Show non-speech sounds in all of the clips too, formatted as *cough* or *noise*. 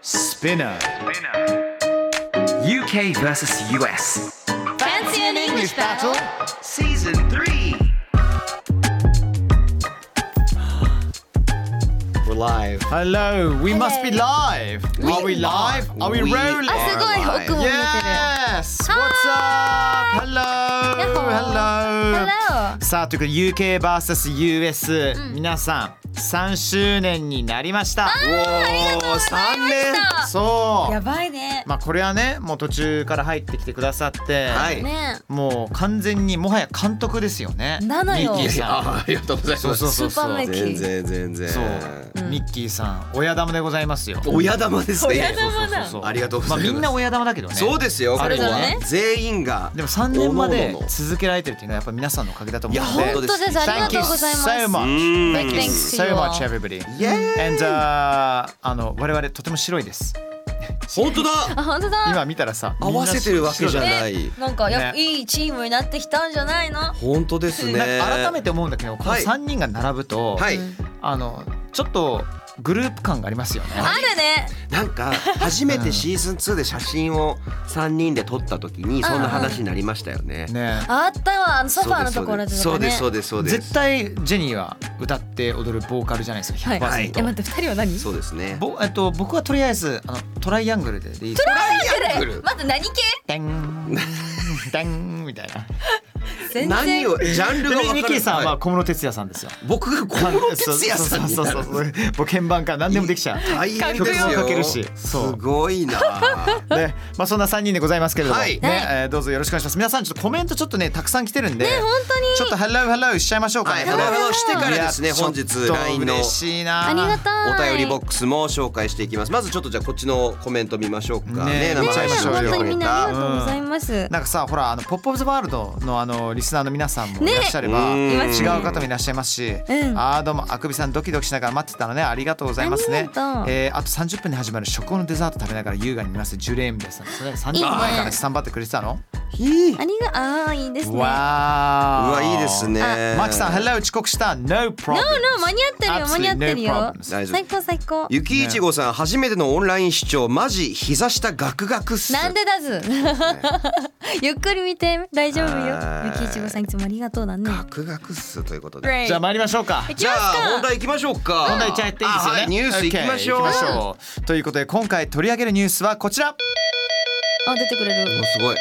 Spinner. UK versus US. Fancy an English battle Season 3. We're live. Hello. We must be live. are we live? Are we, we Ah, rolling? あすごい奥も見えてる。 Yes. What's up? Hello. Hello. Hello さあということで UK vs US、皆さん3周年になりました。りがとうございました年。そう。やばいね。まあこれはねもう途中から入ってきてくださって、はいねもう完全にもはや監督ですよね。なのよミッキーさん。あありがとうございそうそうそうスーパーそうメイ。キ全然全然。そう、ミッキーさん親玉でございますよ。親玉ですね。親玉だそうありがとうございますあみんな親玉だけどね。そうですよ。あれここはそれぞれね全員が。でも3年まおでのおのの続けられてるっていうのはやっぱ皆さんのおかげだと思うのいやで本。本当です。ありが Thank と you うございます。 so much. うん Big thanks to So you much, all. everybody. Yay And uh, あの我々とても白いです。本当だ。あ本当だ。今見たらさ、合わせてるわけじゃい。ない。なんかやっぱねいいチームになってきたんじゃないの？本当ですね。なんか改めて思うんだけど、このはい3人が並ぶと、はい。あのちょっとグループ感がありますよね。あるね。なんか初めてシーズン2で写真を3人で撮った時にそんな話になりましたよね。ね。あったわあのソファーのところでそうですそうでですそうです絶対ジェニーは歌って踊るボーカルじゃないですか。100%。はいい。え待って二人は何？そうですね。ぼえっと僕はとりあえずあのトライアングルででいいですか。イアングルまず何系？ダンダンみたいな。全何然をジャンルでが分かミッキーさんはは小室哲哉さんですよ。僕が小室哲哉さんにそうなそうそうる。そう。ボケン版から何でもできちゃう。大変曲ですよ。もかけるし。すそう。ごい *laughs* な。ね、まあそんな三人でございますけれども、はいね、えーどうぞよろしくお願いします。皆さんちょっとコメントちょっとねたくさん来てるんで、本当にちょっとハローハローしちゃいましょうかはね。い。これハローハローしてからですいねや本日ちょっと LINE の嬉しいな。ありがおた便い。りボックスも紹介していきます。まずちょっとじゃあこっちのコメント見ましょうかねね。え生見ちゃ配いまし信ょう本よしてく当にみれんなありた。がとうございます。なんかさほらあのポップオブザワールドのあのリスナーの皆さんもいねらっしゃれば、うん違う方もいらっしゃいますし、うんああどうもあくびさんドキドキしながら待ってたのねありがとうございますねありがとうえーあと30分に始まる食後のデザート食べながら優雅に見ますジュレームですそれ30分いいね前からねスタンバってくれてたのひーありがあーいいですね。うノーうわーわいいですね。マキさん Hello 遅刻した No problem ノー間に合ってるよ間に合ってる Absolutely no よ problems。大丈夫最高最高。ゆきいちごさん初めてのオンライン視聴マジ膝下ガクガクっす。なんでだず。ゆっくり見て大丈夫よは。ゆいきいちごさんいつもありがとうだね。ガクガクっすということで。 Great じゃあ参りましょうかいきじまゃすあか本。題行きましょうか。問題じゃあやっていいですよあね、はいニュース行きましょう。 OK 行きましょうということで今回取り上げるニュースはこちらあ出てくれる。おすごい。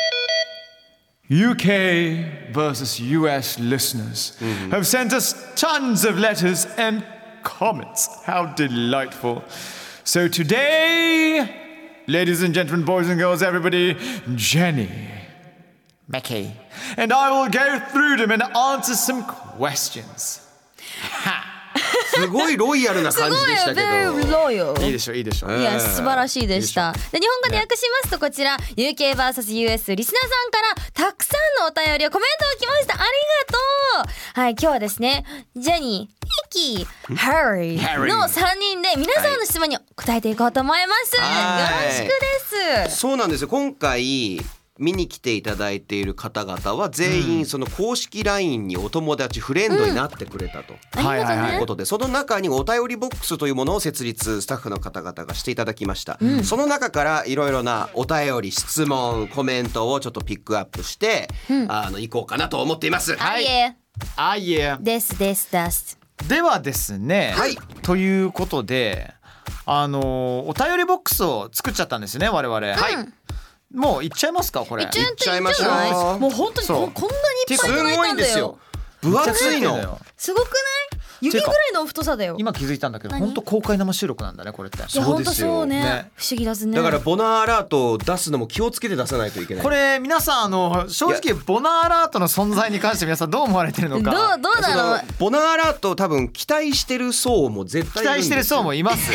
UK versus US listeners have sent us tons of letters and comments. How delightful. So today, ladies and gentlemen, boys and girls, everybody, Jenny Mickey and I will go through them and answer some questions. Ha! すごいロイヤルなすご感いじでしたけ very ど。 loyal。いいでしょいいでしょいや素晴らしいでした。で日本語で訳しますとこちら UK vs US リスナーさんからたくさんのお便りをコメントをきましたありがとう。はい今日はですねジェニー、ミッキー、ハリーの三人で皆さんの質問に答えていこうと思います。はいよろしくです。そうなんですよ。今回見に来ていただいている方々は全員その公式 LINE にお友達フレンドになってくれたと。ありがとうというねこ。とでその中にお便りボックスというものを設立スタッフの方々がしていただきました、その中からいろいろなお便り質問コメントをちょっとピックアップして、あの行こうかなと思っていますあいいえあいえですですです。ではですね、はいということであのお便りボックスを作っちゃったんですね我々、もういっちゃいますかこれちょっとちゃいましょういっちゃないもう本当にそこうこんなにいっぱいいただいたんだよ。分めっちゃ厚来ていんだのよすごくない？指ぐらいの太さだよ。今気づいたんだけど何本当公開生収録なんだねこれっていやそう本で当すよそうねね不思議だすね。だからボナーアラートを出すのも気をつけて出さないといけないこれ皆さんあの正直ボナーアラートの存在に関して皆さんどう思われてるどのうどかうだろそのボナーアラートを多分期待してる層も絶対期待してる層もいます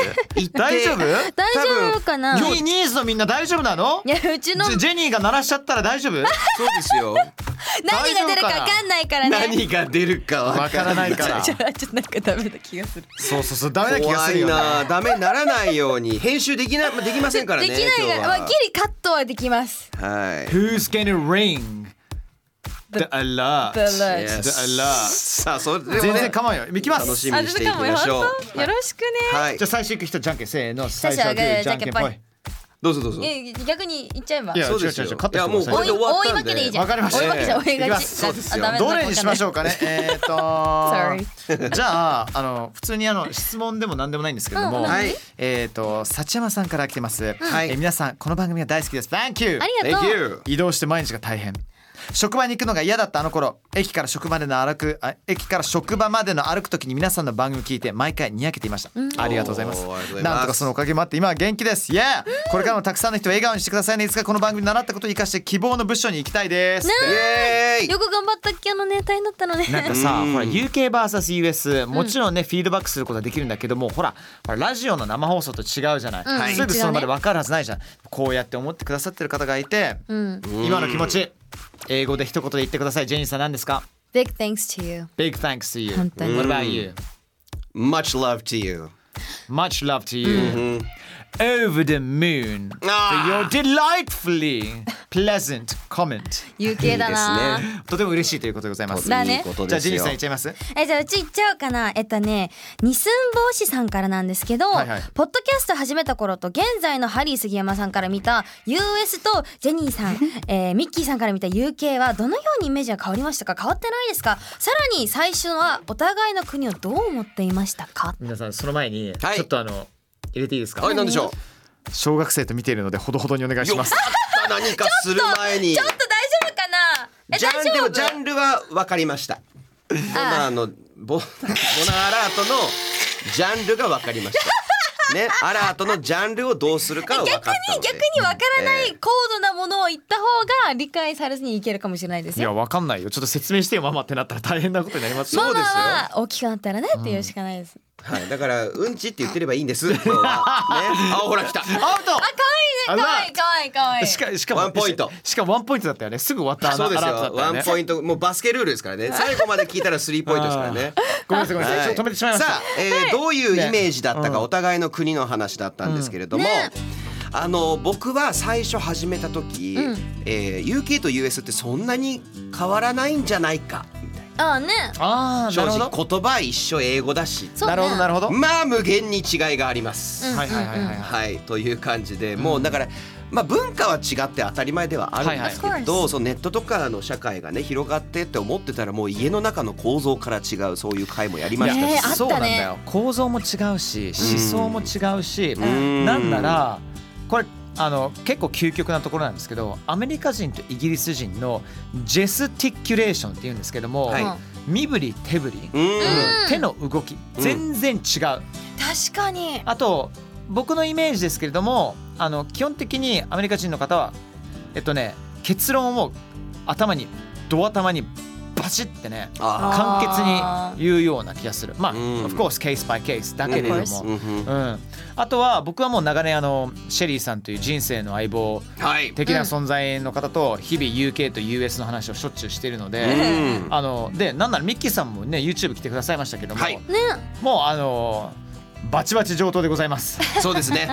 大丈夫う。大丈夫かな。ニーニーズのみんな大丈夫なのいやうちのジェジェニーが鳴らしちゃったら大丈夫そうです *laughs* よ何が出るかわかんないからね。何が出るかわわかからならないいからちょっとなんかダメな気がする。そうそうそうダメな気が怖するいよねなダメにならないように編集できなできませんからねできないが、今日まあ、ギリカットはできます。ははい Who's gonna ring the alert The alert Yes さあそれでもね全然構わんよいきます楽しじみにしていきましょうあでもよろしくね。はいゃあ最初行く人じゃんけんせーの最初初ははググーーじゃんけんぽいどうぞどうぞえ逆に言っちゃえば。いやそうですよ違う違う違うカットしてくださいいやもうこ多れいで終わ多っいたわんでけでいいじゃん。わかりました多いわけじゃ多いいきがまち。すそうですあダメよだどれにしましょう *laughs* かねえーっと Sorry じゃああの普通にあの質問でも何でもないんですけどうんもはいえーっと幸山さんから来てますえはいー皆さんこの番組は大好きです Thank you ありがと Thank you う。移動して毎日が大変職場に行くのが嫌だったあの頃駅から職場までの歩くあ駅から職場までの歩く時に皆さんの番組聞いて毎回にやけていました、ありがとうございまおーすありがとうございますなんとかそのおかげもあって今は元気です Yeah、これからもたくさんの人を笑顔にしてくださいねいつかこの番組で習ったことを生かして希望の部署に行きたいです、イエーイよく頑張ったっけあのね大変だったのね。なんかさ、ほら UKVSUS もちろんね、フィードバックすることはできるんだけどもほらほらラジオの生放送と違うじゃない、はいすぐその場で分かるはずないじゃん、こうやって思ってくださってる方がいて、 *laughs* うん。今の気持ち英語で一言で言ってくださいジェニーさん何ですか Big thanks to you. Big thanks to you 本当に What about you? Much love to you Much love to you Over the moon for あ your delightfully pleasant comment 有形だいな。いですねとても嬉しいということでございますだねいいことじゃであすジェニーよさんいっちゃいますえじゃあうち行っちゃおうかなえっとねニスン帽子さんからなんですけど、はいはいポッドキャスト始めた頃と現在のハリー杉山さんから見た US とジェニーさ *laughs* ん、えーミッキーさんから見た UK はどのようにイメージが変わりましたか変わってないですかさらに最初はお互いの国をどう思っていましたか皆さんその前にはいちょっとあの入れていいですかはい何でしょ小学生と見ているのでほどほどにお願いうしよまっ *laughs* すた何かする前にちょっと大丈夫かなえジャン大で丈も夫ジャンルは分かりましたボナーのボボ *laughs* ナーアラートのジャンルが分かりましたねアラートのジャンルをどうするかは分かっ逆たのにで逆にわからなえい高度なものを言った方が理解されずにいけるかもしれないですいよやわかんないよちょっと説明してよママってなったら大変なことになりますよママは大きくなったらねっていうしかないです、はい、だからうんちって言ってればいいんです今日はねあほら来たアウト可愛いね可愛い可愛い可愛いしかしかもワンポイントしかもワンポイントだったよねすぐ終わったあのそうでアラすートだよっ。たワよねンポイント、もうバスケルールですからね。最後まで聞いたらスリーポイントですからね。ごめんなさいごめんなさい、はいちょっと止めてしまいましたさあ、えーどういうイメージだったか、お互いの国の話だったんですけれども。あの僕は最初始めた時、えー UK と US ってそんなに変わらないんじゃないかみたいなああねああ正なるほど直言葉一緒英語だしそうねなるほどなるほど、まあ無限に違いがあります。はいはいはいはいはいはい、という感じでもうだから、まあ、文化は違って当たり前ではあるんですけはいはいど、そのネットとかの社会がね広がってって思ってたらもう家の中の構造から違うそういう会もやりましたし、ねえあったねそうなんだよ構造も違うし思想も違うし、んなんならこれあの結構究極なところなんですけどアメリカ人とイギリス人のジェスティキュレーションっていうんですけども、はい身振り手振り、うん手の動き全然違う、確かにあと僕のイメージですけれどもあの基本的にアメリカ人の方はえっとね結論を頭にド頭にバシッてねあ簡あ潔に言うような気がするまあ、うん of course case by case だけれど Of も、 course ーうんうん、あとは僕はもう長年あのシェリーさんという人生の相棒はい、的な存在の方と日々 UK と US の話をしょっちゅうしているので、うんあのでなんならミッキーさんもね YouTube 来てくださいましたけども、はいねもうあのバチバチ上等でございます。そうです *laughs* *laughs* ね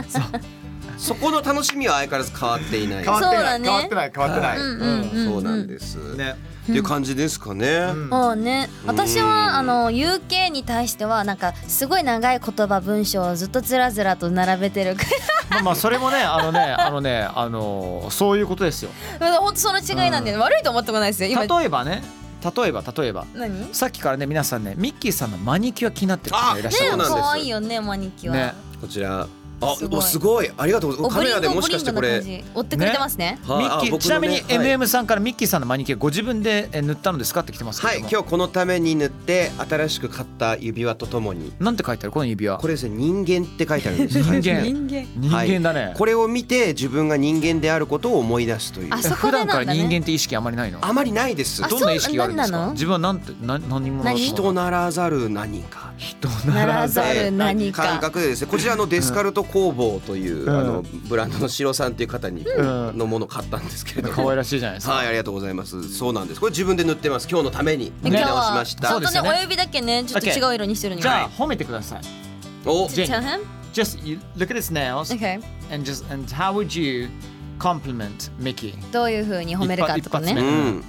そこの楽しみは相変わらず変わっていないわってないそうだね変わってない変わってなうんうんうんそうなんすです、ね、っていう感じですかね、もうね私うんはあの UK に対してはなんかすごい長い言葉文章をずっとずらずらと並べてる *laughs* まあまあそれもねあのねあのねあのそういうことですよ。本当その違いなんで、悪いと思ってもないですよ今例えばね例えば例えば何ねさっきからね皆さんねミッキーさんのマニキュア気になってる方がいらっしゃねるそうなんです可愛いよねマニキュア、ねこちらあすごいおすごいありがとうございおますカブメリンラでゴもしブリかしンゴてなこれ感じ追ってくれてますねはミいあッキー、僕のねちなみにはい MM さんからミッキーさんのマニキュアご自分でえ塗ったのですかって来てますけはいども、今日このために塗って新しく買った指輪とともになんて書いてあるこの指輪これですね人間って書いてあるんです *laughs* 人間はい間人間だね、これを見て自分が人間であることを思い出すというあそこ普でな段んだかねら人間って意識あまりないのあまりないですあどんな意識があるんですそうなんかなの自分はなんてな何者だと思う人ならざる何か人ななららざざるる何か感覚でですねこちらのデスカルト工房という、んあのブランドの白さんという方に、んのものを買ったんですけれど可も愛らしいじゃないですか、はいありがとうございますそうなんですこれ自分で塗ってます今日のために塗り今日直しはましちたょそっうでとすねよね親指だけねちょっと違う色にしてるのにじゃあ褒めてくださいおじゃあちゃうへん Just you look at his nails Okay and just and how would you compliment Mickey どういう風に褒めるかとか一うね発ん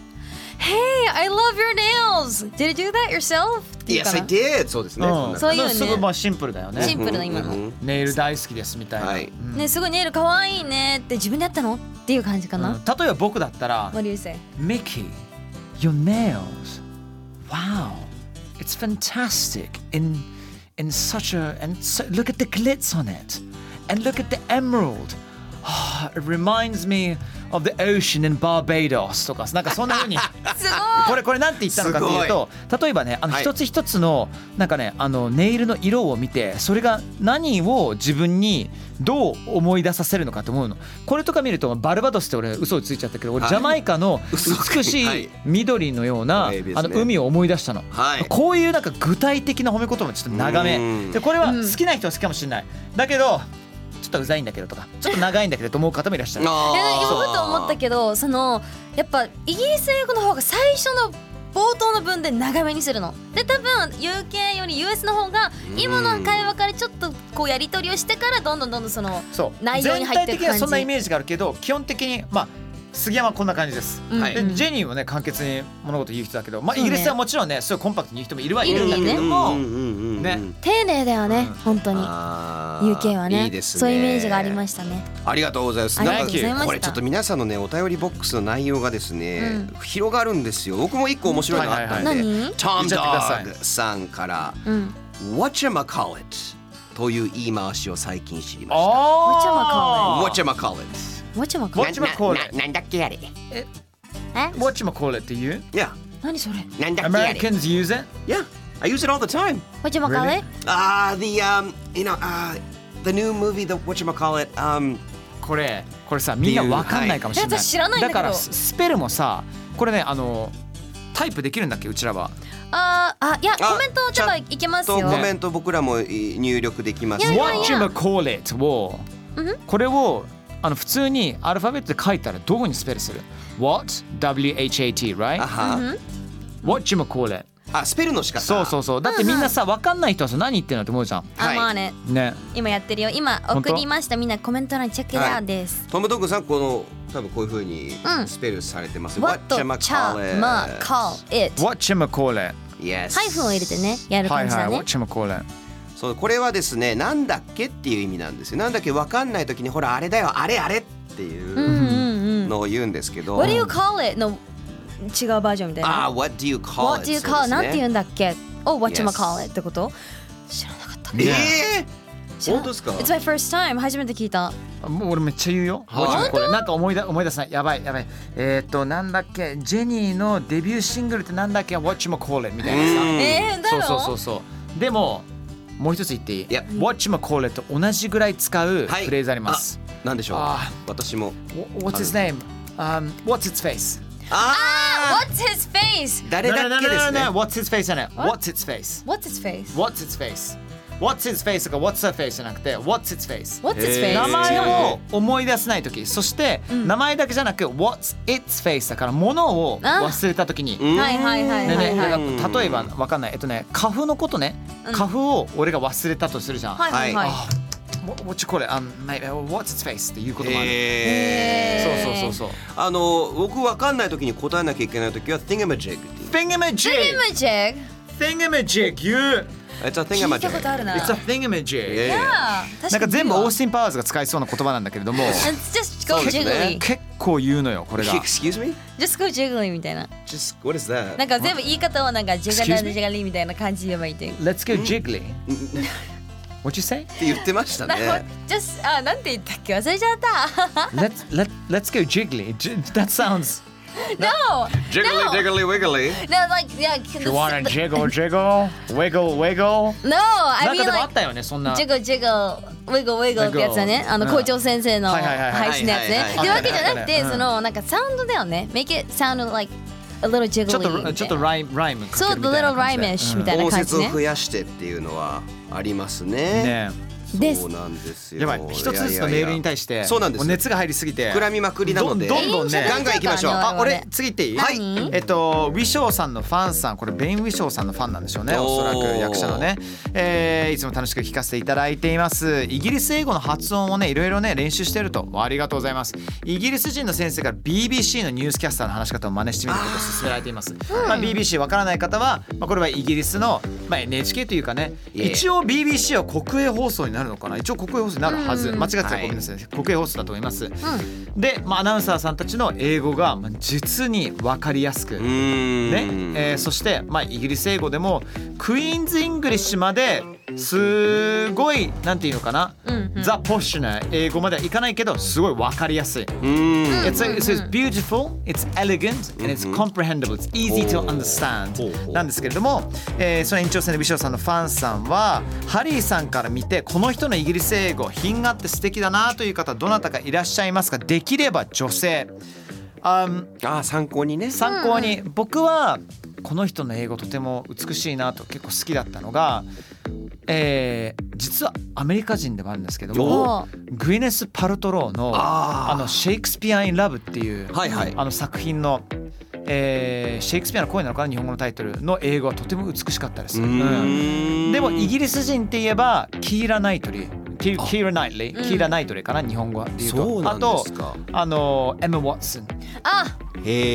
Hey I love your nails Did you do that yourself? っていう Yes か I な did そうですねんこんなそういうねすごいまあシンプルだよシねンプルな今のうんうんネイル大好きですみたいな、はいうんねすごいネイル可愛いねって自分でやったのっていう感じかうんな例えば僕だったら What do you say? Mickey, your nails. Wow, it's fantastic. In in such a and so, look at the glitz on it, and look at the emerald. Ah, it reminds me of the ocean in Barbados とかなんかそんな *laughs* 風にすごいこれこれなんて言ったのかっていうと例えばねあのはい一つ一つのなんかねあのネイルの色を見てそれが何を自分にどう思い出させるのかと思うのこれとか見るとバルバドスって俺嘘をついちゃったけど俺はいジャマイカの嘘美 *laughs* しはいい緑のような綺麗ですねあの海を思い出したのはいこういうなんか具体的な褒め言葉もちょっと長うんめでこれは好きな人は好きかもしれないだけどちょっとうざいんだけどとかちょっと長いんだけどと思う方もいらっしゃるいやあー今ふと思ったけどそのやっぱイギリス英語の方が最初の冒頭の文で長めにするので多分 UK より US の方が今の会話からちょっとこうやり取りをしてからどんどんどんどんそのそう内容に入ってる感じ全体的にはそんなイメージがあるけど基本的にまあ杉山はこんな感じです、うんはいでジェニーもね簡潔に物事言う人だけど、まあ、そうねイギリスはもちろんねすごいコンパクトに言う人もいるはいるんだけいるれねども、うんうんうんうんね丁寧だよね、本当にあー UK はねいいですねそういうイメージがありましたねありがとうございます。ありがなとんうかございましたこれちょっと皆さんのねお便りボックスの内容がですね、広がるんですよ。僕も一個面白いのあったんで、はいはいはい何トム言っちドゃッってくだグさんからうん What you call it という言い回しを最近知りました。あ What you call it もうちょいわかんない What you call it なんだっけあれ。いえ What you call it って言うや何それもなんだっけあれ。 Americans use it Yeah, I use it all the time. うちょいわかんない Ah, the um, you know, ah, the new movie, the what you call it, um. これこれさみんなわかんないかもしれない,、はいえ私知らないんだけどからススペルもさこれねあのタイプできるんだっけうちらはあーあいやあコメントを打てばいけますとよコメント僕らもい入力できますいやいやいや What you call it をうんこれをあの普通にアルファベットで書いたらどこにスペルする ?What? W-H-A-T, あ right? は、 What you call it? あスペルの仕方そうそううそう。だってみんなさ、わかんない人はさ、何言ってんのって思うじゃん。あはいまあねね。今やってるよ今本送当りましたみんなコメント欄チェックだはいです、トム・ドッグさんこの多分こういう風にうんスペルされてます、 What the Whatchamacallit chama call it What you call it? Yes ハイフンを入れてねやるはい感じはだい。ね、 What you call it? そうこれはですねなんだっけっていう意味なんですよなんだっけわかんない時にほらあれだよあれあれってうんいううんうんのを言うんですけど、 What do you call it の違うバージョンみたいああな What do you call What it do you call そうなんですねて言うんだっけを What you Yes call it ってこと知らなかったえ知ら本な当ですか It's my first time 初めて聞いたもう俺めっちゃ言うよ。はい What you call it? なんか思い出思い出さない。やばいやばい。えっと、なんだっけジェニーのデビューシングルってなんだっけ ?What you call it? みたいなさ。ー、ええーだそうろそうそうそうでももう一つ言っていい、 Yep What you call it と同じぐらい使うはいフレーズあります、ー、なんでしょうあ私も What's his name?、Um, what's its face? ああ What's his face 誰だっけですね What's his face じゃない What? What's its face? What's his face What's its face? What's its face とか What's her face じゃなくて What's its face? What's his えー名 face 前違うのを思い出せないときそして、名前だけじゃなく What's its face だから物を忘れたときにうんはいはいはいねはねいはいうんだから例えばわかんないえっとね花粉のことね花粉を俺が忘れたとするじゃん、はいはいはいあももちこれあのない What's its face っていうこともある、えーそうそうそうそうあの僕わかんない時に答えなきゃいけない時は thingamajig っていう Thingamajig Image Thingamajig you It's a 聞いたことあ thingamajig るな It's a thingamajig Yeah ななんか全部オースティン・パワーズが使いそうな言葉なんだけれども It's just go そうですね jiggly 結構言うのよこれが Excuse me? Just go jiggly みたいな Just what is なん that? か全部言い方をなんかジェガ Excuse リ me？ジェガリみたいな感じで言えばいいっていう Let's go jiggly What'd you say? て言ってましたなるほどね。 just あなんて言ったっけ忘れちゃった *laughs* let's let let's go jiggly. J- that sounds. No Jiggly diggly wiggly No like yeah You *laughs* jiggle, jiggle, wiggle, wiggle. No I なんか mean でもあ like ったよね、そんな。ジグジグウィグウィグってやつだねあのうん校長先生のはいはいはいはい配信のやつはいはいねはいでわけじゃなくてあったねあったねそのなんかサウンドだよね Make it sound like a little ちょっ jiggly とちょっとライムライムかそう the けるみたい little な感じで。 rhymish みたいな音感じ節ねを増やしてっていうのはありますうんね。ねですそうなんですえよ。やばい。一つずついやのいメやいやールに対して、そうなんですよ。も熱が入りすぎて、膨らみまくりなのでどんどんどんね。ガンガン行きましょう。我あ々あ、俺次行っていい？はいえっとウィショウさんのファンさん、これベインウィショウさんのファンなんでしょうね。おーおそらく役者のね、えーいつも楽しく聞かせていただいています。イギリス英語の発音をね、いろいろね練習してるとありがとうございます。イギリス人の先生が BBC のニュースキャスターの話し方を真似してみることを勧められています。まあ BBC わからない方は、まあこれはイギリスのまあ NHK というかね、いえいえ一応 BBC は国営放送になるのかな。一応国営放送になるはず。間違ってたらごめんなさい。国営放送だと思います。で、まあ、アナウンサーさんたちの英語がまあ実に分かりやすく、うねーん。えーそして、まあ、イギリス英語でもクイーンズ・イングリッシュまですごいなんていうのかな、ザ・ポッシュな英語まではいかないけどすごい分かりやすい。うーん。 It's, it's, it's beautiful, it's elegant, and it's comprehensible, it's easy to understand. ほうほうなんですけれども、えーその延長戦でビショウさんのファンさんは、ハリーさんから見て、この人のイギリス英語、品があって素敵だなという方、どなたかいらっしゃいますかできれば女性。あんあー参考にね。参考に、僕はこの人の英語とても美しいなと結構好きだったのが、えー実はアメリカ人でもあるんですけどもおグイネス・パルトローの「あーあのシェイクスピア・イン・ラブ」っていう、はいはいあの作品の、えーシェイクスピアの声なのかな日本語のタイトルの英語はとても美しかったです。ううんーんでもイギリス人って言えばキーラ・ナイトリーキーキーラ・ナイトリー、キーラ・ナイトリーかな日本語はっていうとそうなんですかあとあのエム・ワッツンあへ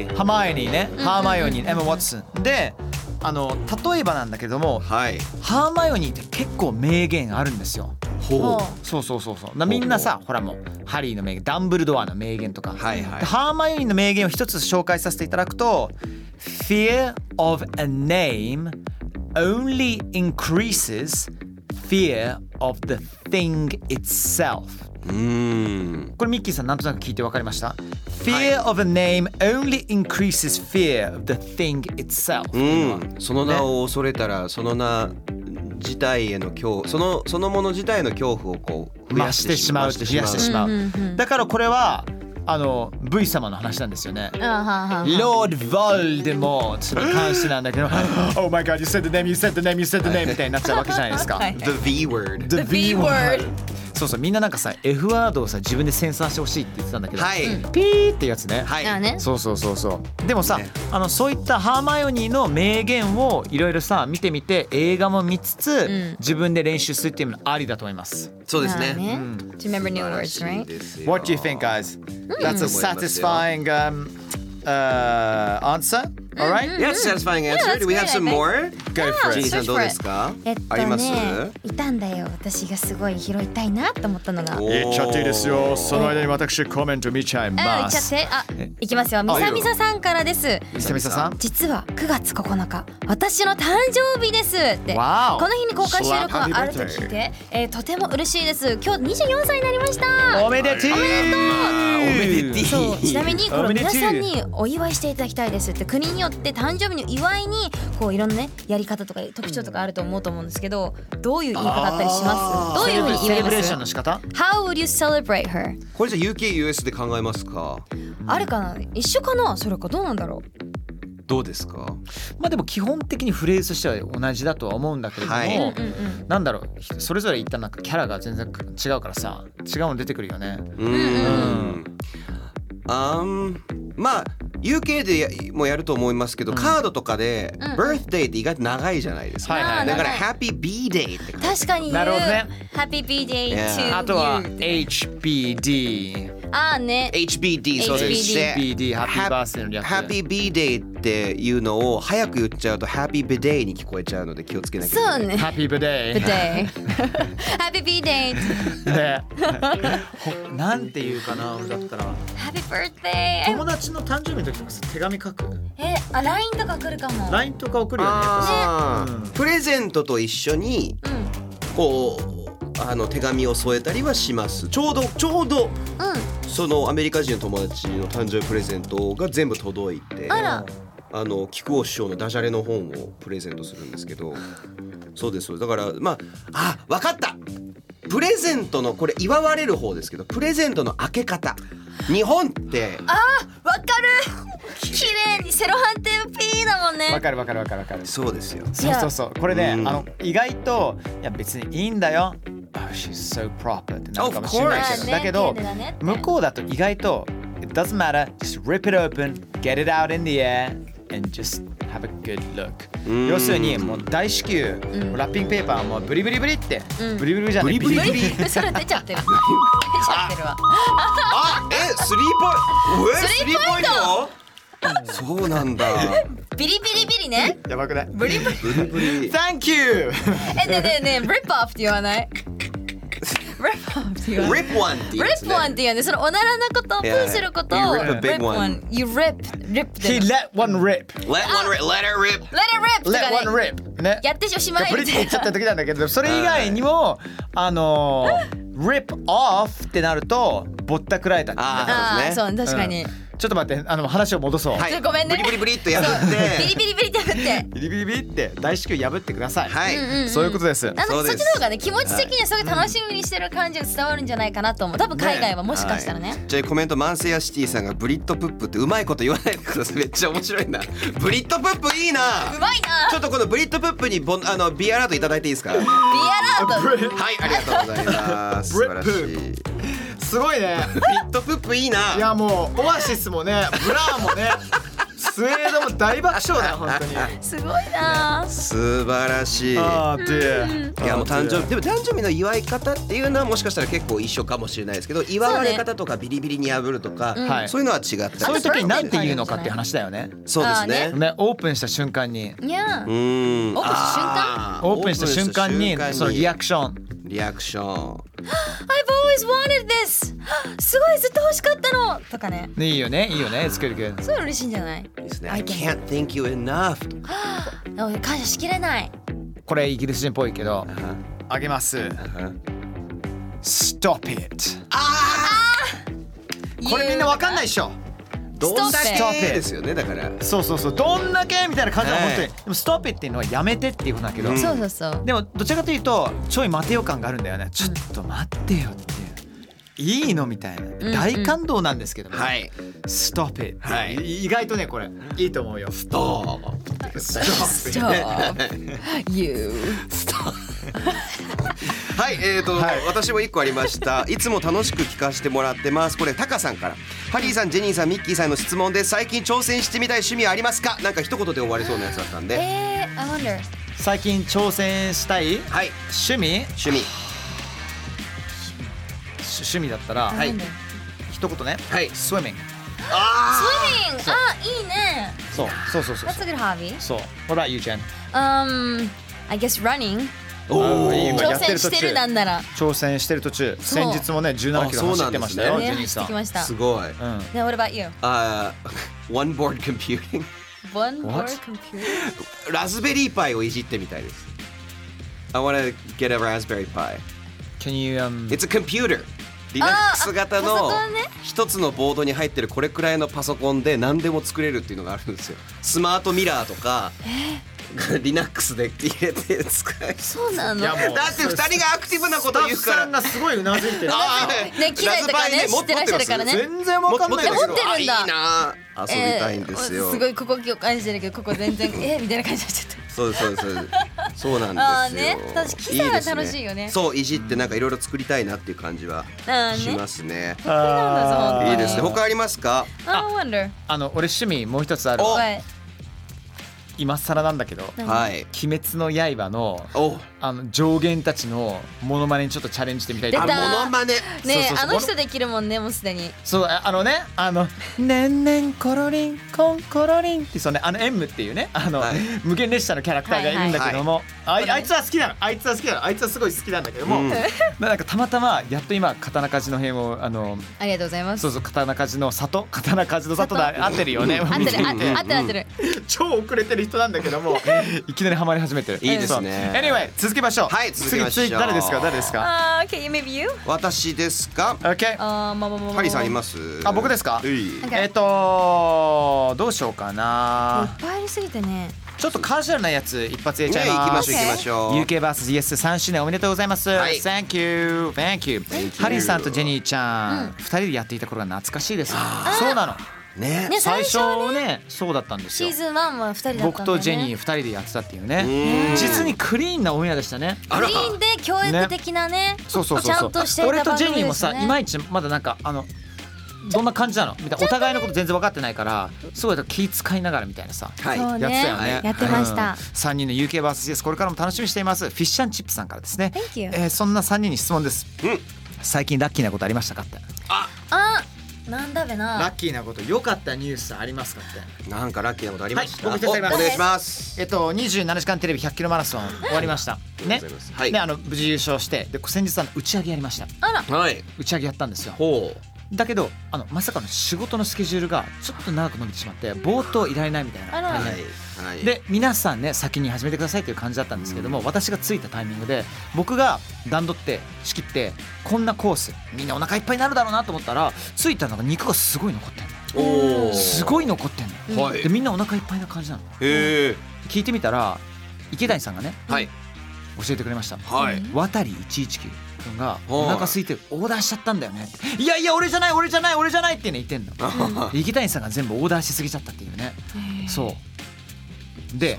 え。ハマーエニーね、ハーマイオニー、エマ・ワッツン。で、あの例えばなんだけども、はい。ハーマイオニーって結構名言あるんですよ。ほう。そうそうそうそう。なみんなさ、ほらもうハリーの名言、ダンブルドアの名言とか、はいはいでハーマイオニーの名言を一つ紹介させていただくと、Fear of a name only increases fear of the thing itself。うーん。これミッキーさんなんとなく聞いてわかりました Fear of a name only increases fear of the thing itself、うん。その名を恐れたらその名自体への恐怖、そのそのもの自体の恐怖をこう増増ややししててししままう。う増やしてしまう,、だからこれはあの V 様の話なんですよねあはは Lord Voldemort に関してなんだけど *laughs* Oh my god you said the name you said the name you said the name みたいになっちゃうわけじゃないで *laughs* すか The V word。 The B word そうそうみんななんかさ F ワードをさ自分でセンサーしてほしいって言ってたんだけど、はいピーっていうやつね、はい。あねそうそうそうそうでもさ、ねあのそういったハーマイオニーの名言をいろいろさ見てみて映画も見つつ、ん自分で練習するっていうのもありだと思いますそうですね。ね To remember new words right ね What do you think guys? That's いいと思い a ますよ satisfying um, uh, answer Alright? Yes, satisfying answer. Do we have great, some I think. more? Go for ジェニー it さんどうですかえっとね？あります？いたんだよ私がすごい拾いたいなと思ったのが言っちゃっていいですよ。その間に私コメント見ちゃいあ言まっちゃっす。てあいきますよみいいよさみささんからです久々さん実は9月9日私の誕生日ですってわおこの日に公開収録があると Slap happy 聞いて、えーとても嬉しいです今日24歳になりましたおめでとうおめでとうそうちなみにこおれめでとう皆さんにお祝いしていただきたいですって国によって誕生日の祝いにこういろんなねやり方とか特徴とかあると思うと思うんですけどどういう言い方だったりしますどういうふうにセ言レいブまレーションのす仕方 How would you celebrate her? これじゃあ UKUS で考えますかあるかな一緒かなそれかどうなんだろうどうですかまあでも基本的にフレーズとしては同じだとは思うんだけれども、はいうんうんなんだろうそれぞれ言ったなんかキャラが全然違うからさ違うの出てくるよね。うーんあんまあ UK でやもやると思いますけど、カードとかで、birthday って意外と長いじゃないですか、はいはいだから長 Happy B Day って確かに言うなるほどね Happy birthday to Yeah. you あとは HBD。あーね HBD そうです HBD Happy Hap- Birthday の略 Happy B Day っていうのを早く言っちゃうと Happy B Day に聞こえちゃうので気をつけなきゃいけそなういね Happy birthday! birthday *laughs* Happy birthday ねほなんていうかな俺だったら Happy birthday 友達の誕生日の時とかさ手紙書くえあ LINE とか来るかも LINE とか送るよねやっぱあープレゼントと一緒にこうあの手紙を添えたりはしますちょうどちょうど、そのアメリカ人の友達の誕生日プレゼントが全部届いてあらあの木久扇師匠のダジャレの本をプレゼントするんですけどそうですそうですだからまああ分かったプレゼントのこれ祝われる方ですけどプレゼントの開け方日本ってわかる綺麗にセロハンテープピーだもんねわかるわかるわかるわかる。そうですよそうそうそう。これね、うんあの意外といや別にいいんだよ。Oh, she's so proper ってなるかもしれないけ Of ど、 course だね丁寧けどだねって向こうだと意外と It doesn't matter, just rip it open, get it out in the air and just have a good look ん。要するにもう大至急、ラッピングペーパーもブリブリブリって、ブリブリじゃない。ブリブリ無理それ出ちゃっ *laughs* てる出ちゃってるわあえスリーポイントえスリーポイントそうなんだビリビリビリねやばくない。ブリブリブリブリ Thank you! *laughs* えねえねえねえリップオフって言わないリップオフって言わない Rip one ってリ言うんですップねワンって言うんでそのおならなことをプーすることを Yeah. You rip a big one. You rip リップ He で let one rip! Let one rip let her rip Let it rip と Let か one ね rip! ね。やってしまえブリみってた言いっちゃったな時なんだけどそれ以外にもあのー rip off ってなるとぼったくられたんだよねあああーそそう確かにうんちょっと待ってあの話を戻そう、はちょっとごめんねブリブリブリっとやっビリてビリビリってやってビリビリビリって大至急破ってください、はいそういうことですあのそうそでっすちの方がね気持ち的にはすごい楽しみにしてる感じが伝わるんじゃないかなと思う多分海外はもしかしたらねはいじゃあコメントマンセイアシティさんがブリットプップってうまいこと言わないでくださいめっちゃ面白いなブリットプップいいなうまいなちょっとこのブリットプップにボンあの B アラートいただいていいですかはいビアラートありがとうございます素ブリ晴ッらプしプいブリすごいねットプップいいないやもうオアシスもねブラーもねスウェードも大爆笑だよ *laughs* 本当にすごいな素晴らしいあーで、いやもう誕生日でも誕生日の祝い方っていうのはもしかしたら結構一緒かもしれないですけど祝われ方とかビリビリに破るとかそう,、はいいうのは違ったりそういう時に何て言うのかっていう話だよねそうですねあーうねオープンした瞬間にいやーんオープンした瞬間あーオープンした瞬間にオープンした瞬間そのリアクションリアクション I've always wanted this すごいずっと欲しかったのとかねねいいよねいいよね作るけどそういうの嬉しいんじゃないいいですね I I can't thank you enough あ感謝しきれないこれイギリス人っぽいけどあげます Stop it これみんなわかんないでしょどんだ Stop け it ですよねだからそうそうそうどんだけみたいな感じは本当にはでも Stop it っていうのはやめてっていうことだけどそうそうそう *laughs* でもどちらかというとちょい待てよ感があるんだよねちょっと待ってよっていういいのみたいな大感動なんですけどもはい Stop it はい意外とねこれいいと思うよどう Stop you はい、えーと、私も一個ありました。いつも楽しく聞かせてもらってます。これタカさんから。ハリーさん、ジェニーさん、ミッキーさんへの質問です。最近挑戦してみたい趣味はありますか？なんか一言で終わりそうなやつだったんで。えー I wonder 最近挑戦したいはい、趣味趣味。し趣味だったら I wonder 一言ねはい Swimming Swimming あいいねそうそうそうそう That's そ a good う hobby そう What about you, Jen? Um I guess running おおあいいーわ。挑戦してるなんなら挑戦してる途中そう先日もね17キロあそう走なっんですねてましたよジねェニー走さってきまんしたすごい。うん Now what about you? あー、one *laughs* board computing。 One more What? computer ラズベリーパイをいじってみたいです。I wanna get a raspberry pi. Can you um It's a computer. リナックス型あのパソコンね一つのボードに入ってるこれくらいのパソコンで何でも作れるっていうのがあるんですよ。スマートミラーとか、リナックスで入れて使 *laughs* える。そうなのいやもうだって二人がアクティブなこと言うスタかッフさら。んがすごいうなずいてる *laughs* あーね機材とかねラズパイ知ってらっしゃるからね持ってます全然わかんないえ持ってるんだあいいな。遊びたいんですえよ。ーすごいここ共感してるけどここ全然えーみたいな感じになっちゃったそうですそうですそうです。そうなあんーですよね。確かに機材はです楽しいよねそういじってなんかいろいろ作りたいなっていう感じはあーねしますね。あーいいですね。他ありますか？ I wonder あの俺趣味もう一つあるお What? 今更なんだけど何はい。 「鬼滅の刃の」お。あの上限たちのモノマネにちょっとチャレンジしてみたいとあ出たモノマネ。ねえそうそうあそうの人できるもんねもうすでにそうああのねあの「ねんねんころりんこんころりん」ってそのねあのエムっていうねあの、はい無限列車のキャラクターがいるんだけども、あいあいつは好きなのあいつは好きなのあいつはすごい好きなんだけども、うんななんかたまたまやっと今刀鍛冶の辺をあのありがとうございますそうそう刀鍛冶の里刀鍛冶の里だ合ってるよね合ってる見つけあ合ってる合ってる超遅れてるリストなんだけどもいきなりハマり始めてるいいですねそう Anyway 続けましょうはい続けましょう次次誰ですか誰ですかあー、okay, maybe you? 私ですか OK あー、まあまあまあまあ。ハリーさんいますあ僕ですかういえっとどうしようかいっなぱいありすぎてね。ちょっとカジュアルなやつ一発入れちゃいね行きまますしょう Okay 行きましょう UKVSES3 周年おめでとうございます、はい Thank you Thank you ハリーさんとジェニーちゃん、二人でやっていた頃が懐かしいですそうなのねね、最最初初はねそうだったんですシよーズン1は二人だったんだよね。僕とジェニー二人でやってたっていうねうん実にクリーンなオンエアでしたねクリーンで教育的なね。そうそうそちうそゃうんとしていた俺と番ジェ組ニーでもすさね。いまいちまだなんかあのどんな感じなのみたいなお互いのこと全然分かってないからすごい気使いながらみたいなさはいそうやってたよねね。やってましうんた。 3人の UKVS これからも楽しみにしていますフィッシャンチップさんからですね Thank you えーそんな3人に質問です、うん最近ラッキーなことありましたかってあ、なんだべな。ッキーなこと良かったニュースありますかってなんかラッキーなことありましたはい僕一おつおあります願いしますえっと27時間テレビ100キロマラソン終わりましたねりがとうございますはいねあの無事優勝してで先日あの打ち上げやりましたはい打ち上げやったんですよほだけどあのまさかの仕事のスケジュールがちょっと長く伸びてしまって冒頭いられないみたいなあらう大は変いはいで皆さんね先に始めてくださいという感じだったんですけども、私が着いたタイミングで僕が段取って仕切ってこんなコースみんなお腹いっぱいになるだろうなと思ったら着いたのが肉がすごい残ってんのおおすごい残ってんの、はいでみんなお腹いっぱいな感じなのへえ聞いてみたら池谷さんがねはい教えてくれましたはい渡り119君がはいお腹空いてオーダーしちゃったんだよねっていやいや俺じゃない俺じゃない俺じゃないってね言ってんので池谷さんが全部オーダーしすぎちゃったっていうねそうで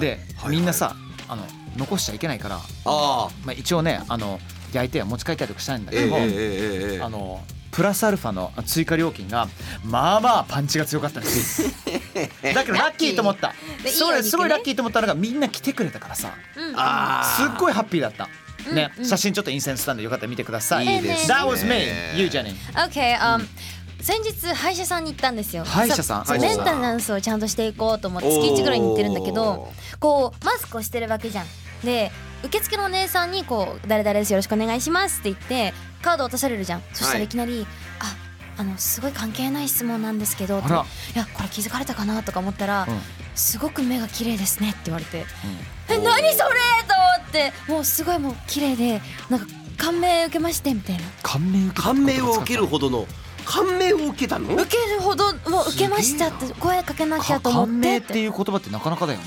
で、みんなさあの残しちゃいけないから、ああまあ、一応ねあの焼いては持ち帰ったりとかしたいんだえけえども、ええええあのプラスアルファの追加料金がまあまあパンチが強かったです *laughs* だけどラッキーと思ったでいいそおれ肉ねすごいラッキーと思ったのがみんな来てくれたからさうん。あすっごいハッピーだったねうんうん写真ちょっとインセンスしたんでよかったら見てくださいいいですね That was me you Jenny Okay, um, 先日歯医者さんに行ったんですよ。歯医者さんそう歯医メ者ンさんテナンスをちゃんとしていこうと思って月1ぐらいに行ってるんだけど、こうマスクをしてるわけじゃん。で受付のお姉さんにこう誰々ですよろしくお願いしますって言ってカードを落とされるじゃん。そしたらいきなり、ああのすごい関係ない質問なんですけどっていあらやこれ気づかれたかなとか思ったら、うんすごく目が綺麗ですねって言われて、え何それと思ってもうすごいもう綺麗でなんか感銘受けましてみたいな感銘受けた感銘を受けるほどの感銘を受けたの受けるほどもう受けましたって声かけなきゃかと思感って銘っってていう言葉ってなかなかだよね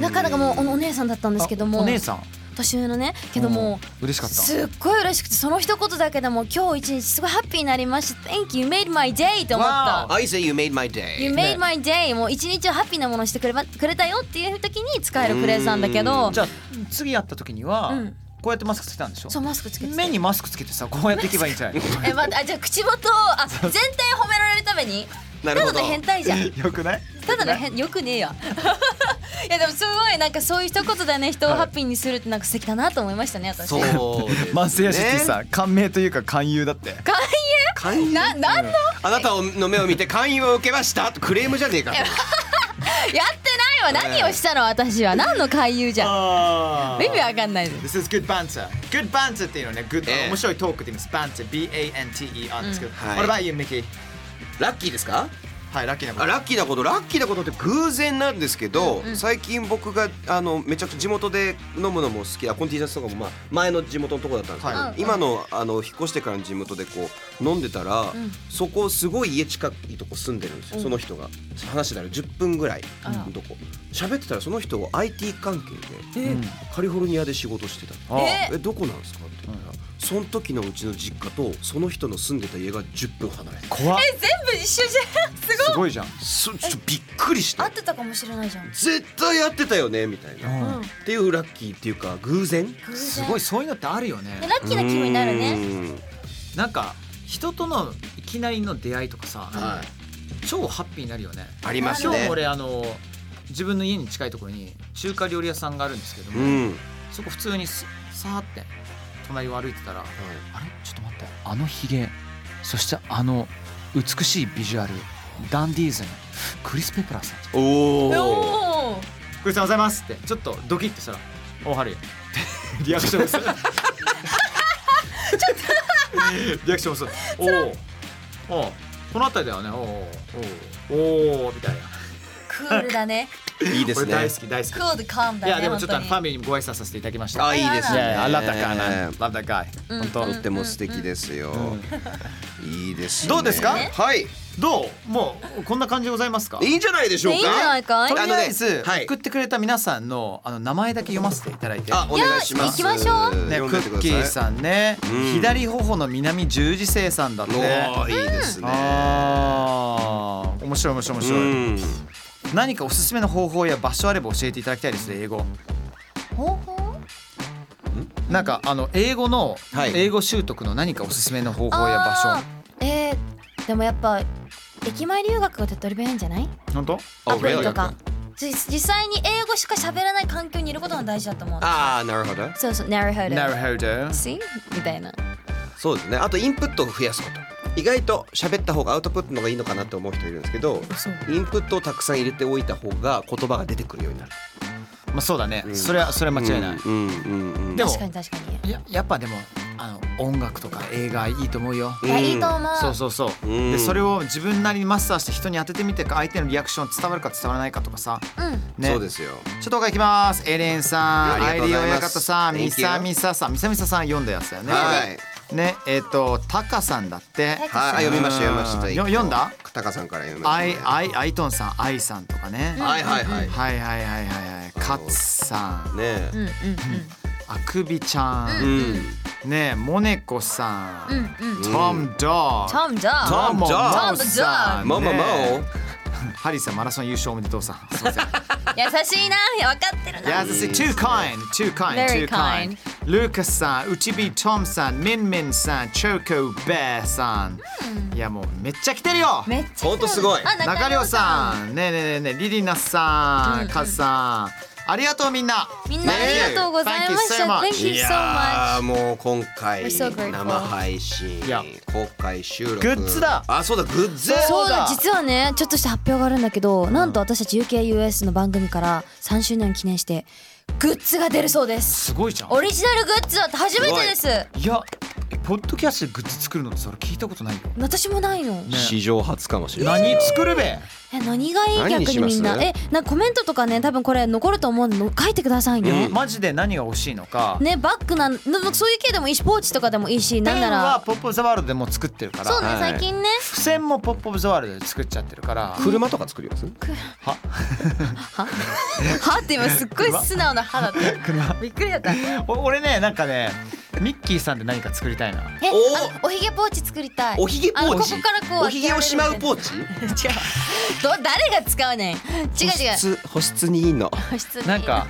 なかなかもうおお姉さんだったんですけどもあお姉さん年上のねけどもうん嬉しかったすっごい嬉しくてその一言だけでも今日一日すごいハッピーになりました Thank you you made my day と思っわた I say you made my You day made my day もう一日をハッピーなものにしてくればくれたよっていう時に使えるフレーズなんだけどじゃあ次会った時にはうんこうやってマスクつけたんでしょそうマスクつけて目にマスクつけてさこうやっていけばいいんじゃないえ待ってあじゃあ口元をあ全体褒められるためになるほどただの変態じゃんよくないただの変よ *laughs* くねえやいやでもすごいなんかそういう一言でね人をハッピーにするってなんか素敵だなと思いましたね私そうですねマスヤシティさん感銘というか勧誘だって勧勧誘 *laughs* ななんのやあなたの目を見て勧誘を受けましたクレームじゃねえかとってないわ何をしたの私は何の勧誘じゃん意味わかんないです This is good banter. Good banter っていうのはね、good、ええ面白いトークって言います。banter, B-A-N-T-E あるんですけど。はい What about you, Mickey? ラッキーですかはい、ラッキーなこあと。ラッキーなことラッキーなことって偶然なんですけど、最近僕があのめちゃくちゃ地元で飲むのも好きあコンティシャツとかも、まあ、前の地元のとこだったんですけど、は今のあの引っ越してからの地元でこう飲んでたら、そこすごい家近いとこ住んでるんですよその人が話してたら10分ぐらいのとこ喋ってたらその人 IT 関係で、カリフォルニアで仕事してたあーええどこなんですかって言ったら、その時のうちの実家とその人の住んでた家が10分離れてた怖っ全部一緒じゃんすごいすごいじゃんそちょっとびっくりして合ってたかもしれないじゃん絶対やってたよねみたいな、うんっていうラッキーっていうか偶然偶然すごいそういうのってあるよねでラッキーな気分になるねなんか人とのいきなりの出会いとかさ、うんはい超ハッピーになるよねあります今日ねも俺あの自分の家に近いところに中華料理屋さんがあるんですけどうも、ん、そこ普通にすさーって隣を歩いてたら、あれちょっと待ってあのひげそしてあの美しいビジュアルダンディーズムクリス・ペプラーさんおおおおクリスさんおはようございますってちょっとドキッとしたら「おはる *laughs* リアクションするちょっとリアクションするおーおうこの辺りだよねおうおうおうおうみたいなクールだねいいです俺ね大好き大好き Cool calm いだやねでも本ち当ょっとあのにファミリーにご挨拶させていただきましたあいいですね Yeah, I love that guy man love that guy 本当とっても素敵ですよ、いいですねどうですかはいどうもうこんな感じでございますかいいんじゃないでしょうかいいんじゃないかいとりあのあねえずはい送ってくれた皆さんのあの名前だけ読ませていただいてあお願いしますいや行きましょね、クッキーんさんね、うん左頬の南十字星さんだっておーいいですねあー面白い面白い面う白い、ん何かおすすめの方法や場所あれば教えていただきたいですね英語方法なんかあの英語の、はい英語習得の何かおすすめの方法や場あーえーでもやっぱ駅前留学が手っ取り早いんじゃない所本当ア Oh, プリ really? とかじ実際に英語しか喋らない環境にいることが大事だと思うああなるほどそうそうなるほどなるほど See? みたいなそうですねあとインプットを増やすこと意外と喋った方がアウトプットの方がいいのかなって思う人いるんですけどインプットをたくさん入れておいた方が言葉が出てくるようになるまあそうだね、それはそれは間違いない、うんうんうんでも確かに確かにいややっぱでもあの音楽とか映画いいと思うよ、いやいいと思うそうそうそう、うんでそれを自分なりにマスターして人に当ててみて相手のリアクション伝わるか伝わらないかとかさ、うんね、そうですよちょっと他行きます。エレンさん、あアりがイとうリごーざい親ます方さん、 Thank you ミサミサさん、ミサミサさん読んだやつだよね。はいね、えっ、とタカさんだっはて。いあ読みました読みましたうんよ読んだ？片岡さんから読みまアしイたねアイアイトンさん、アイさんとかね。はいはいはいはいはいはいはいはい。カツさん、ねうんうんあくびちゃ、うんんねモネコさん、うんうんトムドー、チャムじゃトあムドートムドーさん、もももねハリーさんマラソン優勝おめでとうさん。 *laughs* すいません。優しいないや分かってるな Yes, it's too kind, too kind, too Very kind. Lucas さん、Uchibi Tom さん、Min Min さん、Choco Bear さん。いやもうめっちゃ来てるよ。めっちゃほんとすごいあ中良亮さん、ねえねえねえねえ、リリナさん、カズさん。ありがとうみんな。みんなありがとうございました Thank you so much. Thank you い so やー much もう今回 We're so grateful. 生配信いや公開収録グッズだあそうだグッズそうだだ実はねちょっとした発表があるんだけどなんと私たち UKUS の番組から3周年を記念してグッズが出るそうですすごいじゃん。オリジナルグッズだって初めてですいや、ポッドキャストでグッズ作るのってそれ聞いたことないよ。私もないの史上初かもしれない何作るべえ何がいい何に逆しにますみんなえなんかコメントとかね多分これ残ると思うの書いてくださいね、マジで何が欲しいのか。ねバッグなんなんかそういう系でもいいしポーチとかでもいいしペなんンなはらポップオブザワールドでもう作ってるから。そうねはい最近 *laughs* ね付箋もポップオブザワールドで作っちゃってるから。車とか作りますははって今すっごい素直な歯だったびっくりだったえ *laughs* お俺ねなんかねミッキーさんで何か作りたいなおあのおひげポーチ作りたいおひげポあのーこチこからこうおひげをしまうポーーチチ *laughs* 違うど誰が使うねん違う違うう保湿にいいの保湿なんか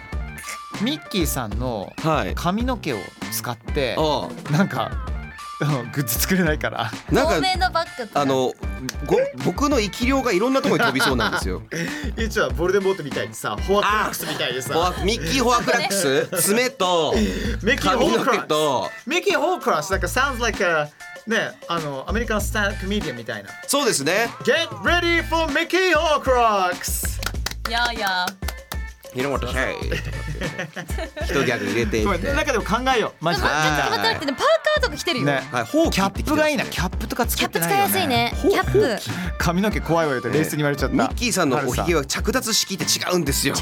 ミッキーさんのはい髪の毛を使ってあなんかうんグッズ作れない *laughs* からあな透んか明のバッグとかあのご僕の生き量がいろんなところに飛びそうなんです *laughs* よ実はボルデモートみたいにさフォアトラックスみたいでホワミッキーホアクラックス爪とミッキー髪ホーのク毛ラスとミッキーホークラスなんか sounds like a ねあのアメリカのスタンコメディアンみたいなそうですね Get ready for Mickey Horcrux! いやいやいろんなことはい一ギャグ入れていごっめん、てなんかでも考えよう、マジちょっで。と待って待ってパーカーとか着てるよ、ね、はい、ほうキきャってきッてプますがいねいな、キャップとかつキけャッてプない使いよ、ね。やすい。ねキャップ髪の毛怖いわよって冷静に言われちゃった。ミッキーさんのおひげはは着脱式って違ううんですよ。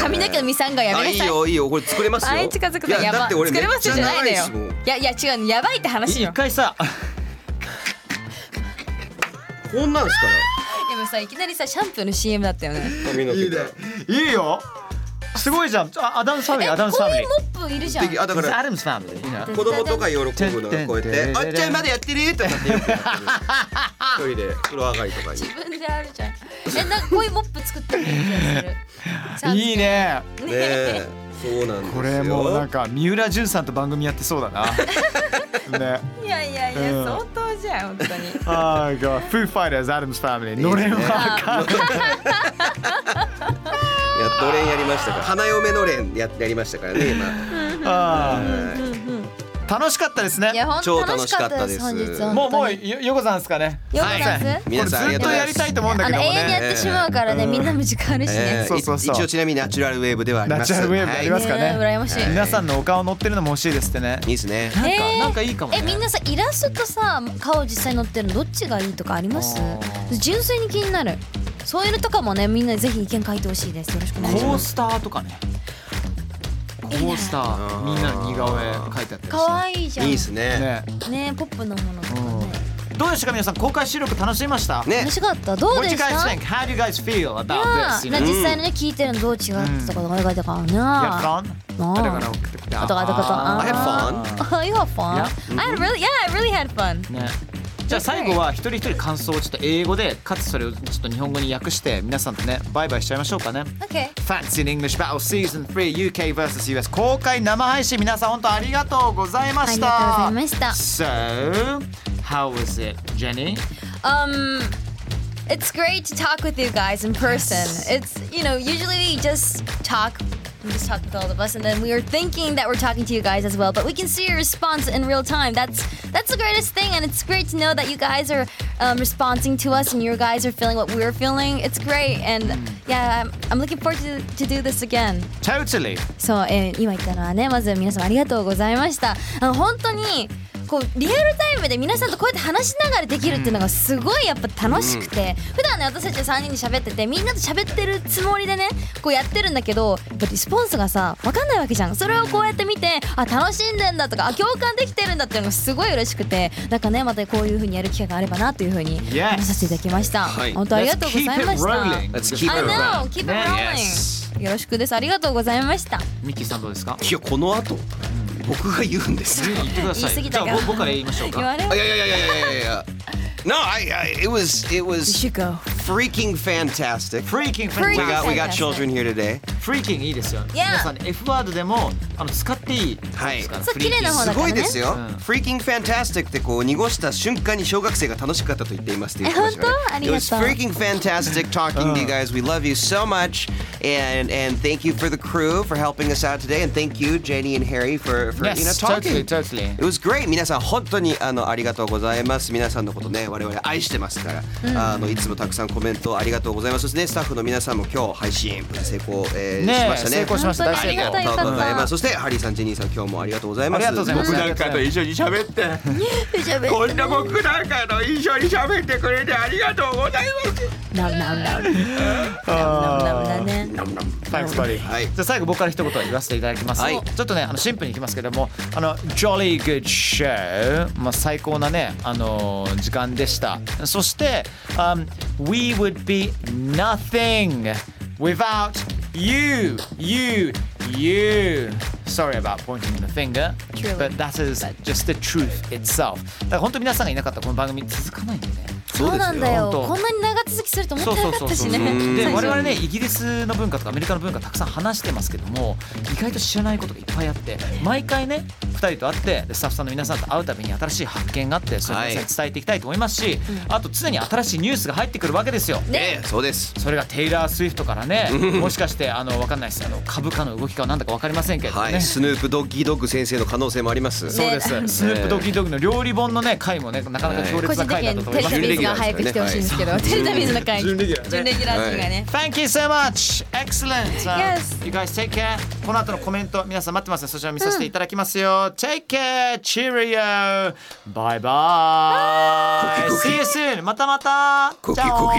髪の毛のミサンガやあめなさいいいよいいよこれ作れますよ。あい近づくのやいだばって俺作めっれまちすゃじゃない長のいよですもん。いやいや違うのやばいって話一よ回さ、こんなんですからでもさいきなりさシャンプーの CM だったよね髪の毛が。いいよ。すごいじゃん。あアダムスファミリー、アダムスファミリー。モップいるじゃんであだか It's ら Adam's family, you know. 子供とか喜ぶのがこうやっててんてんてんてんてんて「んあっちゃんまだやってる?」とかってよくやってる一人で風呂上がりとかに。自分であるじゃんえなんかこういうモップ作ってる気がする *laughs* いいね。ねえそうなんですよ。これもうなんか三浦淳さんと番組やってそうだ *laughs* な。ね。いやいやいや、うん相当じゃん本当にああ、が、Foo Fighters、Adam's family。のれんはあかん。いやドレンやりましたから花嫁のれんややりましたからね今。あはー楽しかったですいねや。本超楽当楽ししかかっったたでですす本日はもうもう本当によ横さんですかね。よくダンスはい皆さんこれずっありがとうございまとすやりたいと思うんだあけどの永もね。遠にやってしまうからねみんなも時間あるしえねーそうそうそうい一応ちなみにナチュラルウェーブではあります。ナチュラルウェーブでありますかねね羨ましい皆さんのお顔乗ってるのも欲しいですってねいいですね。なんえかーなんかいいかもねえみんなさイラストとさ顔実際に載ってるのどっちがいいとかありますあー純粋に気になるそういうのとかもねみんなぜひ意見書いてほしいですよろしくお願いしコーますスターとかねコースターみんなの似顔絵描いてあったりしてね可愛いじゃんいいですね。ねねポップなものとかねどうでしたか皆さん公開収録楽しみましたね楽しかったどう What で do し you guys た think? How do you guys feel about あ this? ー You な know? 実際のね聞いてるのどう違ったとかどう書いたかな Had fun? ああだから送ってきたあとかあとかあとか I had fun. Oh, you had fun. I had really, yeah, I really had fun. ねじゃあ最後は一人一人感想をちょっと英語でかつそれをちょっと日本語に訳して皆さんとねバイバイしちゃいましょうかね Okay. Fancy in English Battle Season 3 UK vs US 公開生配信皆さん本当ありがとうございましたありがとうございました So how was it Jenny? Um, it's great to talk with you guys in person. It's you know usually we just talk. We just talk with all of us, and then we are thinking that we're talking to you guys as well. But we can see your response in real time. That's that's the greatest thing, and it's great to know that you guys are um, responding to us, and you guys are feeling what we're feeling. It's great, and yeah, I'm, I'm looking forward to, to do this again. Totally そう、えー今言ったのはねまず皆様ありがとうございましたあの本当にこうリアルタイムで皆さんとこうやって話しながらできるっていうのがすごいやっぱ楽しくて、普段ね私たち3人で喋っててみんなと喋ってるつもりでねこうやってるんだけどやっぱリスポンスがさ分かんないわけじゃんそれをこうやって見てあ楽しんでんだとかあ共感できてるんだっていうのがすごい嬉しくてなんかねまたこういうふうにやる機会があればなというふうに Yes 話させていただきました、はい本当ありがとうございました Let's keep it rolling Let's keep it I rolling. know keep it rolling、ね Yes よろしくですありがとうございましたミッキーさんどうですかいやこの後僕が言うんですか。言ってくださ言い過ぎいじたゃあかぼ僕から言いましょう言わかれいやいやいやいやいやいや。No, I, I it was it was should go. freaking fantastic. Freaking We Freaking got we got fantastic. children here today. フリーキングいいですよ。 Yeah. 皆さん、ね、F ワードでもあの使っていいはいですからそうフリーキン綺グ麗な方すだごいですよ。うん freaking fantastic ってこう濁した瞬間に小学生が楽しかったと言っていますっていう話がねえ本当あり It がとう was freaking fantastic talking to you guys. We love you so much, and and thank you for the crew for helping us out today, and thank you Jenny and Harry for for you know Yes, talking. totally, totally. It was great. 皆さん本当にあのありがとうございます。皆さんのことね我々愛してますから、あのいつもたくさんコメントありがとうございます。そしてねスタッフの皆さんも今日配信成功、えーねえしましたね。成功しました本大当成にありがた功いありがとうござい方ます。そしてハリーさん、ジェニーさん、今日もありがとうございます。ありがとうございます僕なんかと一緒に喋って、こんな僕なんかの一緒に喋ってくれてありがとうございます。ナウナウナウナウナウナウだね Thanks, buddy. はいじゃあ最後僕から一言言わせていただきます。はいちょっとね、あのシンプルにいきますけども、あの Jolly Good Show、まあ最高なね、あのー時間でした。そして、um, We would be nothing without you, you, you. Sorry about pointing the finger, Truly. but that is just the truth itself. だから本当皆さんがいなかったらこの番組続かないんでね。そうなんだよそうですよ本当こんなに長続きすると思そっうてなかそうそっうたしそう。ねで最初我々ねイギリスの文化とかアメリカの文化たくさん話してますけども意外と知らないことがいっぱいあって毎回ね2人と会ってでスタッフさんの皆さんと会うたびに新しい発見があってそれを皆さんに伝えていきたいと思いますし、あと常に新しいニュースが入ってくるわけですよ。ええそうです。それがテイラー・スウィフトからねもしかしてあのわかんないですあの株価の動きかなんだかわかりませんけれどもはね、い、スヌープドッキードッグ先生の可能性もあります。そうです、ねスヌープ・ドキドキの料理本のね回もねなかなか強個烈人な的回だったにとテ思レいレギタビーますュズがラー早く来てほしいんですけどテレタビーズの回準レギュラーズがね Thank you so much! Excellent! Yes. You guys take care! この後のコメント、皆さん待ってますね。そちら見させていただきますよ。Take care! Cheerio! Bye bye! See you soon! またまたコキじゃあコ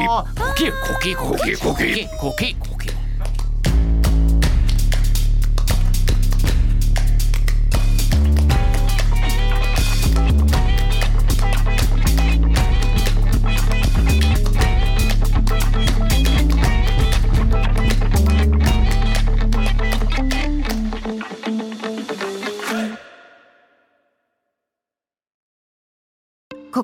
キコキコキコキコキコキコキこ